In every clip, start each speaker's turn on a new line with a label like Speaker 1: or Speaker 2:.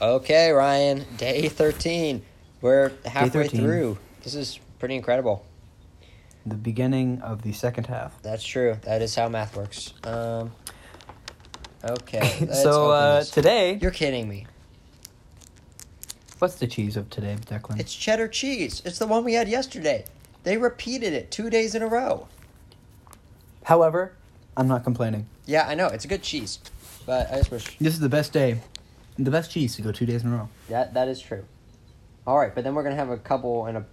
Speaker 1: Okay, Ryan. Day thirteen. We're halfway
Speaker 2: 13.
Speaker 1: through. This is pretty incredible.
Speaker 2: The beginning of the second half.
Speaker 1: That's true. That is how math works. Um. Okay. let's
Speaker 2: so
Speaker 1: open
Speaker 2: uh,
Speaker 1: this.
Speaker 2: today,
Speaker 1: you're kidding me.
Speaker 2: what's the cheese of today, Declan?
Speaker 1: It's cheddar cheese. It's the one we had yesterday. They repeated it two days in a row.
Speaker 2: However, I'm not complaining.
Speaker 1: Yeah, I know. It's a good cheese, but I just wish
Speaker 2: This is the best day, the best cheese to go two days in a row.
Speaker 1: that that is true. All right, but then we're gonna have a couple and a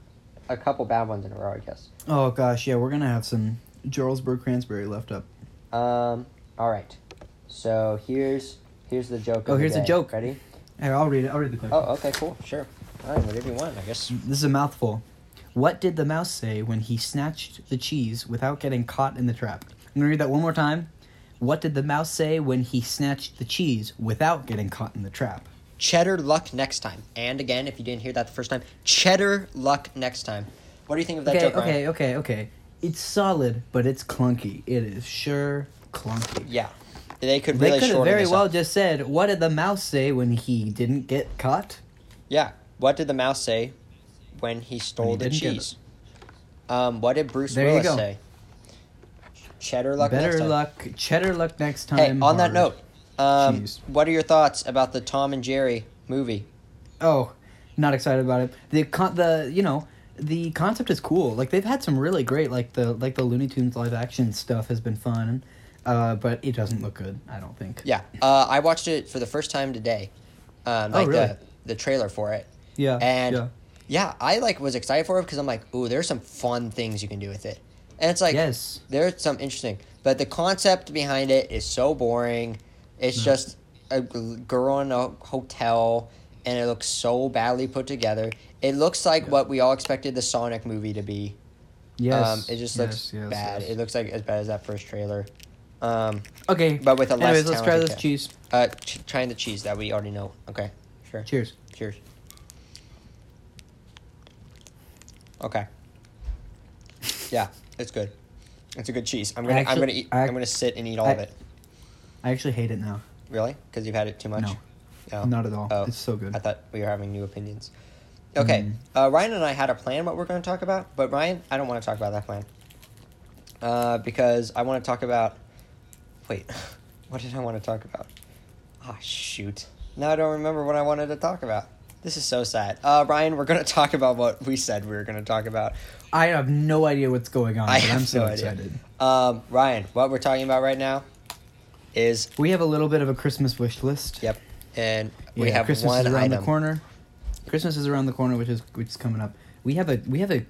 Speaker 1: a couple bad ones in a row, I guess.
Speaker 2: Oh gosh, yeah, we're gonna have some Jarlsberg cranberry left up.
Speaker 1: Um. All right. So here's here's the joke.
Speaker 2: Oh,
Speaker 1: of
Speaker 2: here's the
Speaker 1: day.
Speaker 2: joke.
Speaker 1: Ready?
Speaker 2: Here, I'll read it. I'll read the question.
Speaker 1: Oh, okay, cool, sure. All right, whatever you want, I guess.
Speaker 2: This is a mouthful. What did the mouse say when he snatched the cheese without getting caught in the trap? I'm gonna read that one more time. What did the mouse say when he snatched the cheese without getting caught in the trap?
Speaker 1: Cheddar luck next time. And again, if you didn't hear that the first time, cheddar luck next time. What do you think of that
Speaker 2: Okay,
Speaker 1: joke? Ryan?
Speaker 2: okay, okay, okay. It's solid, but it's clunky. It is sure clunky.
Speaker 1: Yeah, they could
Speaker 2: They
Speaker 1: really
Speaker 2: could have
Speaker 1: shorten
Speaker 2: very
Speaker 1: this
Speaker 2: well
Speaker 1: up.
Speaker 2: just said, "What did the mouse say when he didn't get caught?"
Speaker 1: Yeah. What did the mouse say when he stole
Speaker 2: When he
Speaker 1: the
Speaker 2: didn't get
Speaker 1: cheese? Um, what did Bruce
Speaker 2: There you
Speaker 1: Willis
Speaker 2: go.
Speaker 1: say? Cheddar luck next
Speaker 2: Better
Speaker 1: time.
Speaker 2: luck, cheddar luck next time.
Speaker 1: Hey, on that
Speaker 2: hard.
Speaker 1: note, um,
Speaker 2: Cheese.
Speaker 1: what are your thoughts about the Tom and Jerry movie?
Speaker 2: Oh, not excited about it. The con- the you know the concept is cool. Like they've had some really great like the like the Looney Tunes live action stuff has been fun, uh, but it doesn't look good. I don't think.
Speaker 1: Yeah, uh, I watched it for the first time today, um,
Speaker 2: Oh,
Speaker 1: like
Speaker 2: really?
Speaker 1: the the trailer for it,
Speaker 2: Yeah.
Speaker 1: and yeah,
Speaker 2: yeah.
Speaker 1: I like was excited for it because I'm like, ooh, there's some fun things you can do with it, and it's like
Speaker 2: yes.
Speaker 1: there's some interesting, but the concept behind it is so boring. It's
Speaker 2: Mm-hmm.
Speaker 1: just a g- girl in a hotel, and it looks so badly put together. It looks like what we all expected the Sonic movie to be.
Speaker 2: Yes.
Speaker 1: um, it just looks
Speaker 2: yes, yes,
Speaker 1: bad.
Speaker 2: yes.
Speaker 1: It looks like as bad as that first trailer. Um,
Speaker 2: okay.
Speaker 1: but with a less
Speaker 2: Anyways, let's try
Speaker 1: talented
Speaker 2: this
Speaker 1: guy.
Speaker 2: cheese.
Speaker 1: uh, ch- trying the cheese that we already know. Okay, sure.
Speaker 2: Cheers.
Speaker 1: Cheers. Okay. Yeah, it's good. It's a good cheese. I'm gonna, I'm
Speaker 2: Actually-
Speaker 1: gonna eat.
Speaker 2: I-
Speaker 1: I, am gonna sit and eat all of
Speaker 2: I-
Speaker 1: it.
Speaker 2: I actually hate it now.
Speaker 1: Really? Because you've had it too much.
Speaker 2: No.
Speaker 1: No.
Speaker 2: Not at all.
Speaker 1: Oh.
Speaker 2: It's so good.
Speaker 1: I thought we were having new opinions. Okay,
Speaker 2: Mm.
Speaker 1: uh, Ryan and I had a plan what we're going to talk about, but Ryan, I don't want to talk about that plan uh, because I want to talk about. Wait, what did I want to talk about? Ah, shoot! Now I don't remember what I wanted to talk about. This is so sad. Uh, Ryan, we're going to talk about what we said we were going to talk about.
Speaker 2: I have no idea what's going on.
Speaker 1: I
Speaker 2: but
Speaker 1: have
Speaker 2: I'm so
Speaker 1: no idea.
Speaker 2: excited.
Speaker 1: Um, Ryan, what we're talking about right now is
Speaker 2: We have a little bit of a Christmas wish list.
Speaker 1: yep, and we
Speaker 2: Yeah,
Speaker 1: have
Speaker 2: Christmas
Speaker 1: one
Speaker 2: is around
Speaker 1: item.
Speaker 2: the corner. Christmas is around the corner, which is which is coming up. We have a we have a uh,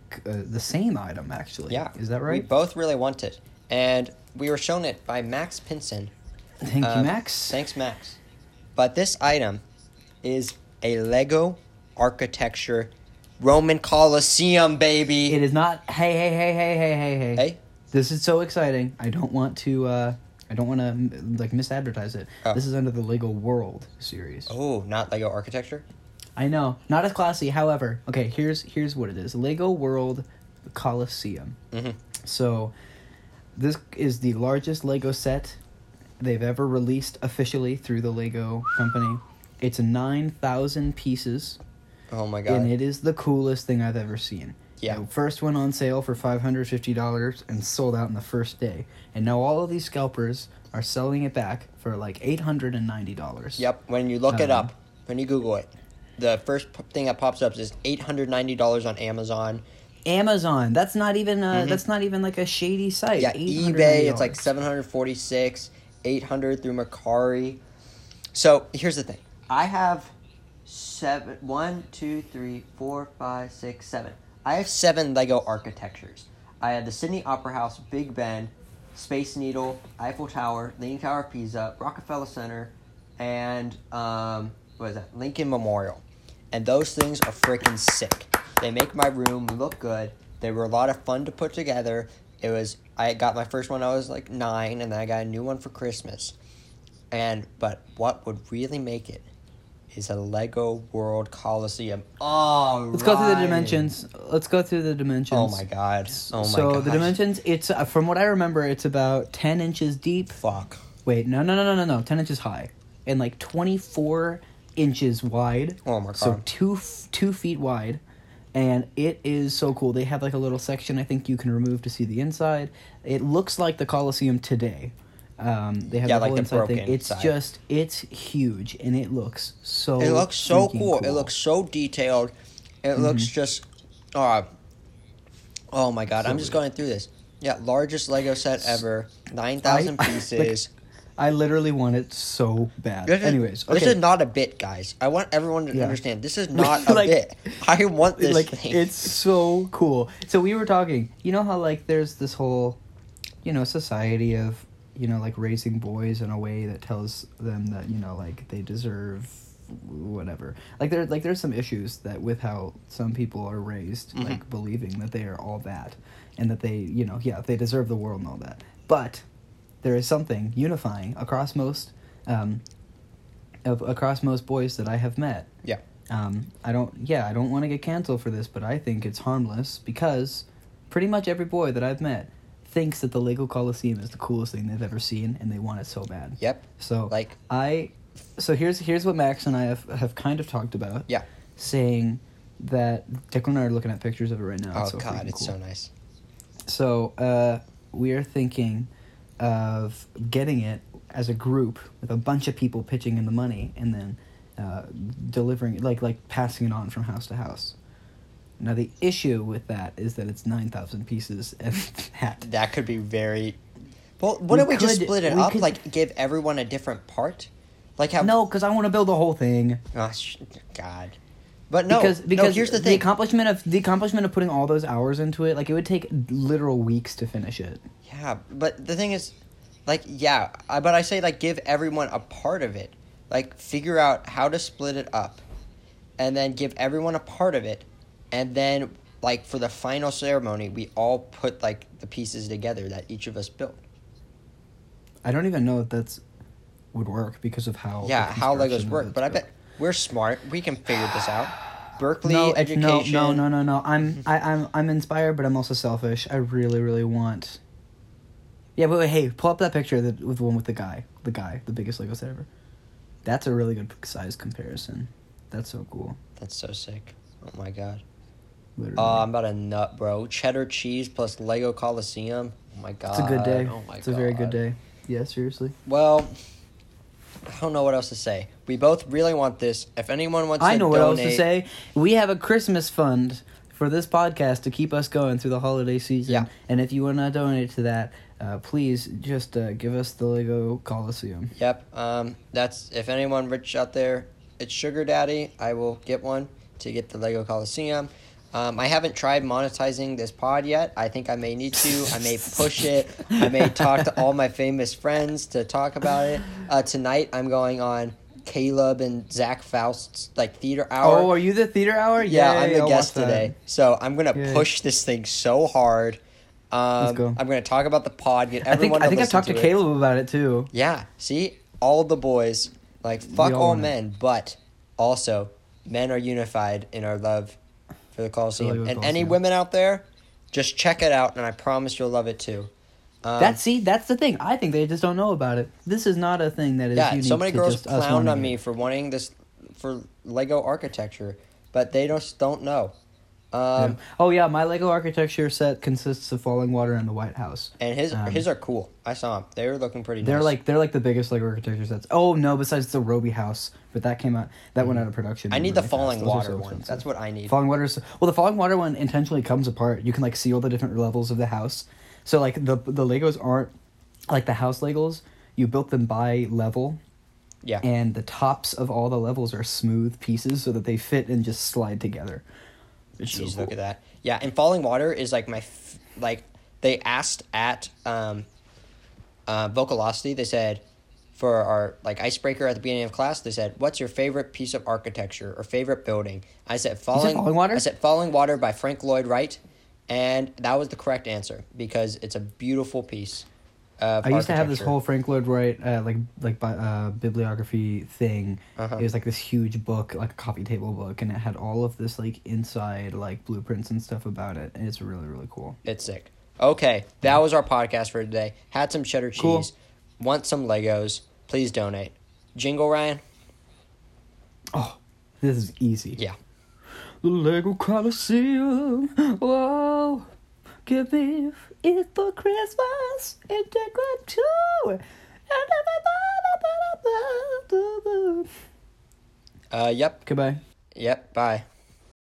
Speaker 2: the same item actually.
Speaker 1: Yeah.
Speaker 2: is that
Speaker 1: We
Speaker 2: right?
Speaker 1: both really want it. And we were shown it by Max Pinson.
Speaker 2: Thank
Speaker 1: Um,
Speaker 2: you, Max.
Speaker 1: Thanks, Max. But this item is a Lego architecture Roman Colosseum, baby.
Speaker 2: it is not. Hey, hey, hey, hey, hey, hey, hey.
Speaker 1: Hey?
Speaker 2: This is so exciting. I don't want to. uh I don't want to like misadvertise it.
Speaker 1: Oh.
Speaker 2: This is under the Lego World series.
Speaker 1: Oh, not Lego architecture?
Speaker 2: I know, not as classy. However, okay, here's here's what it is: Lego World Coliseum.
Speaker 1: Mhm.
Speaker 2: So, this is the largest Lego set they've ever released officially through the Lego company. It's nine thousand pieces,
Speaker 1: Oh my
Speaker 2: and
Speaker 1: god.
Speaker 2: it is the coolest thing I've ever seen.
Speaker 1: Yeah.
Speaker 2: It first went on sale for five hundred fifty dollars and sold out in the first day, and now all of these scalpers are selling it back for like eight hundred and ninety dollars.
Speaker 1: Yep, when you look it
Speaker 2: Um,
Speaker 1: up, when you Google it, the first p- thing that pops up is $890 on Amazon.
Speaker 2: Amazon. That's not even uh that's not even like a shady site.
Speaker 1: Mm-hmm. Yeah,
Speaker 2: $890.
Speaker 1: eBay, it's like 746, 800 through Macari. So here's the thing I have seven, one, two, three, four, five, six, seven. I have seven Lego architectures. I have the Sydney Opera House, Big Ben, Space Needle, Eiffel Tower, Leaning Tower of Pisa, Rockefeller Center, and um, what is that? Lincoln Memorial. And those things are freaking sick. They make my room look good. They were a lot of fun to put together. It was I got my first one I was like nine, and then I got a new one for Christmas. And but what would really make it is a Lego World Coliseum. Oh,
Speaker 2: Let's go through the dimensions. Let's go through the dimensions.
Speaker 1: Oh my god! Oh my
Speaker 2: so
Speaker 1: god!
Speaker 2: the dimensions, it's uh, from what I remember, it's about ten inches deep.
Speaker 1: Fuck.
Speaker 2: Wait, no, no, no, no, no, no, ten inches high, and like twenty four inches wide.
Speaker 1: Oh my
Speaker 2: So
Speaker 1: God.
Speaker 2: two f- two feet wide, and it is so cool. They have like a little section I think you can remove to see the inside. It looks like the Colosseum today. Um, they have
Speaker 1: Yeah,
Speaker 2: the
Speaker 1: like
Speaker 2: whole
Speaker 1: the
Speaker 2: inside thing.
Speaker 1: broken
Speaker 2: It's
Speaker 1: side.
Speaker 2: just it's huge and it looks so.
Speaker 1: It looks so
Speaker 2: Oh, freaking Mm-hmm.
Speaker 1: cool. It looks so detailed. It looks just. Uh, oh my god! I'm just
Speaker 2: Absolutely.
Speaker 1: going through this. Yeah, largest Lego set ever. Nine thousand
Speaker 2: I- like,
Speaker 1: pieces.
Speaker 2: I literally want it so bad.
Speaker 1: This is-
Speaker 2: Anyways, okay.
Speaker 1: this is not a bit, guys. I want everyone to
Speaker 2: Yeah.
Speaker 1: understand. This is not
Speaker 2: Like-
Speaker 1: a bit. I want this
Speaker 2: like
Speaker 1: thing.
Speaker 2: it's so cool. So we were talking. You know how like there's this whole, you know, society of you know like raising boys in a way that tells them that you know like they deserve whatever. Like there like there's some issues that with how some people are raised,
Speaker 1: Mm-hmm.
Speaker 2: like believing that they are all that, and that they you know yeah they deserve the world and all that. But there is something unifying across most. Um, of across most boys that I have met,
Speaker 1: yeah.
Speaker 2: um, I don't. Yeah, I don't want to get canceled for this, but I think it's harmless because pretty much every boy that I've met thinks that the Lego Coliseum is the coolest thing they've ever seen, and they want it so bad.
Speaker 1: Yep.
Speaker 2: So
Speaker 1: Like
Speaker 2: I, so here's here's what Max and I have have kind of talked about.
Speaker 1: yeah.
Speaker 2: Saying that Declan and I are looking at pictures of it right now.
Speaker 1: Oh
Speaker 2: so
Speaker 1: god,
Speaker 2: freaking
Speaker 1: it's
Speaker 2: cool.
Speaker 1: so nice.
Speaker 2: So uh, we are thinking of getting it as a group with a bunch of people pitching in the money and then uh, delivering like like passing it on from house to house. Now the issue with that is that it's nine thousand pieces and that
Speaker 1: That could be very. Well, why
Speaker 2: We
Speaker 1: don't we just
Speaker 2: could-
Speaker 1: split it
Speaker 2: we
Speaker 1: up?
Speaker 2: could-
Speaker 1: Like give everyone a different part. Like how?
Speaker 2: no, because I want to build the whole thing.
Speaker 1: Oh, sh- God. But no.
Speaker 2: because because
Speaker 1: no, here's the thing.
Speaker 2: accomplishment of the accomplishment of putting all those hours into it, like it would take literal weeks to finish it.
Speaker 1: Yeah, but the thing is, like, yeah, I, but I say like give everyone a part of it. Like, figure out how to split it up, and then give everyone a part of it, and then like for the final ceremony, we all put like the pieces together that each of us built.
Speaker 2: I don't even know if that's would work because of how the
Speaker 1: yeah, how Legos
Speaker 2: construction of
Speaker 1: work.
Speaker 2: it's
Speaker 1: But I
Speaker 2: built.
Speaker 1: bet we're smart. We can figure this out. Berkeley
Speaker 2: no, it-
Speaker 1: education.
Speaker 2: no, no, no, no, no. I'm, I, I'm, I'm inspired, but I'm also selfish. I really, really want. Yeah, but wait, hey, pull up that picture that with the one with the guy, the guy, the biggest Lego set ever. That's a really good size comparison. That's so cool.
Speaker 1: That's so sick. Oh my god.
Speaker 2: Literally.
Speaker 1: Oh, I'm about a nut, bro. Cheddar cheese plus Lego Coliseum. Oh my god.
Speaker 2: it's a good day.
Speaker 1: Oh my
Speaker 2: it's a very
Speaker 1: God.
Speaker 2: good day. Yeah, seriously.
Speaker 1: Well, I don't know what else to say. We both really want this. If anyone wants,
Speaker 2: I
Speaker 1: to
Speaker 2: know what else to
Speaker 1: donate-
Speaker 2: say. We have a Christmas fund for this podcast to keep us going through the holiday season.
Speaker 1: Yeah.
Speaker 2: And if you want to donate to that, uh, please just uh, give us the Lego Coliseum.
Speaker 1: Yep. Um, that's if anyone rich out there, it's Sugar Daddy. I will get one to get the Lego Coliseum. Um, I haven't tried monetizing this pod yet. I think I may need to. I may push it. I may talk to all my famous friends to talk about it. Uh, tonight I'm going on Caleb and Zach Faust's like theater hour.
Speaker 2: Oh, are you the theater hour?
Speaker 1: Yeah, I'm
Speaker 2: Yay,
Speaker 1: the
Speaker 2: I'll
Speaker 1: guest
Speaker 2: watch that.
Speaker 1: today. So I'm gonna
Speaker 2: Yay.
Speaker 1: push this thing so hard. Um,
Speaker 2: Let's go.
Speaker 1: I'm gonna talk about the pod. Get
Speaker 2: I think
Speaker 1: everyone.
Speaker 2: I think
Speaker 1: to
Speaker 2: I've talked to,
Speaker 1: listen to it.
Speaker 2: Caleb about it too.
Speaker 1: Yeah. See, all the boys like fuck
Speaker 2: all
Speaker 1: all,
Speaker 2: want it.
Speaker 1: men, but also men are unified in our love for the Coliseum.
Speaker 2: Lego
Speaker 1: and any
Speaker 2: Coliseum.
Speaker 1: women out there, just check it out, and I promise you'll love it too. Um,
Speaker 2: That see, that's the thing. I think they just don't know about it. This is not a thing that is
Speaker 1: yeah.
Speaker 2: unique
Speaker 1: So many
Speaker 2: to
Speaker 1: girls
Speaker 2: just us
Speaker 1: clowned
Speaker 2: wanting
Speaker 1: on me
Speaker 2: it.
Speaker 1: for wanting this for Lego architecture, but they just don't know. Um,
Speaker 2: Yeah. Oh yeah, my Lego architecture set consists of falling water and the White House.
Speaker 1: And his
Speaker 2: Um,
Speaker 1: his are cool. I saw them. They were looking pretty.
Speaker 2: They're
Speaker 1: nice.
Speaker 2: like they're like the biggest Lego architecture sets. Oh no, besides the Roby House, but that came out that went out of production.
Speaker 1: Mm-hmm. I need the
Speaker 2: really fast.
Speaker 1: falling
Speaker 2: Those are
Speaker 1: water
Speaker 2: so
Speaker 1: one.
Speaker 2: expensive.
Speaker 1: That's what I need.
Speaker 2: Falling water. Is, well, the falling water one intentionally comes apart. You can like see all the different levels of the house. So like the the Legos aren't like the house Legos. You built them by level,
Speaker 1: yeah,
Speaker 2: and the tops of all the levels are smooth pieces so that they fit and just slide together. It's so
Speaker 1: jeez,
Speaker 2: cool.
Speaker 1: look at that. Yeah, and falling water is like my f- like they asked at um, uh, Vocalosity. They said for our like icebreaker at the beginning of class. They said, "What's your favorite piece of architecture or favorite building?" I said, "Falling,
Speaker 2: Falling Water?
Speaker 1: I said, "Falling Water" by Frank Lloyd Wright, and that was the correct answer because it's a beautiful piece. Of
Speaker 2: I used to have this
Speaker 1: architecture.
Speaker 2: whole Frank Lloyd Wright uh, like like bi- uh, bibliography thing.
Speaker 1: Uh-huh.
Speaker 2: It was like this huge book, like a coffee table book, and it had all of this like inside like blueprints and stuff about it, and it's really really cool.
Speaker 1: It's sick. Okay, that was our podcast for today. Had some cheddar cheese.
Speaker 2: Cool.
Speaker 1: Want some Legos? Please donate. Jingle Ryan.
Speaker 2: Oh, this is easy.
Speaker 1: Yeah.
Speaker 2: The Lego Coliseum. Whoa. Give me it for Christmas. And take one too. And everybody-
Speaker 1: Uh, yep.
Speaker 2: Goodbye.
Speaker 1: Uh, Yep. Bye.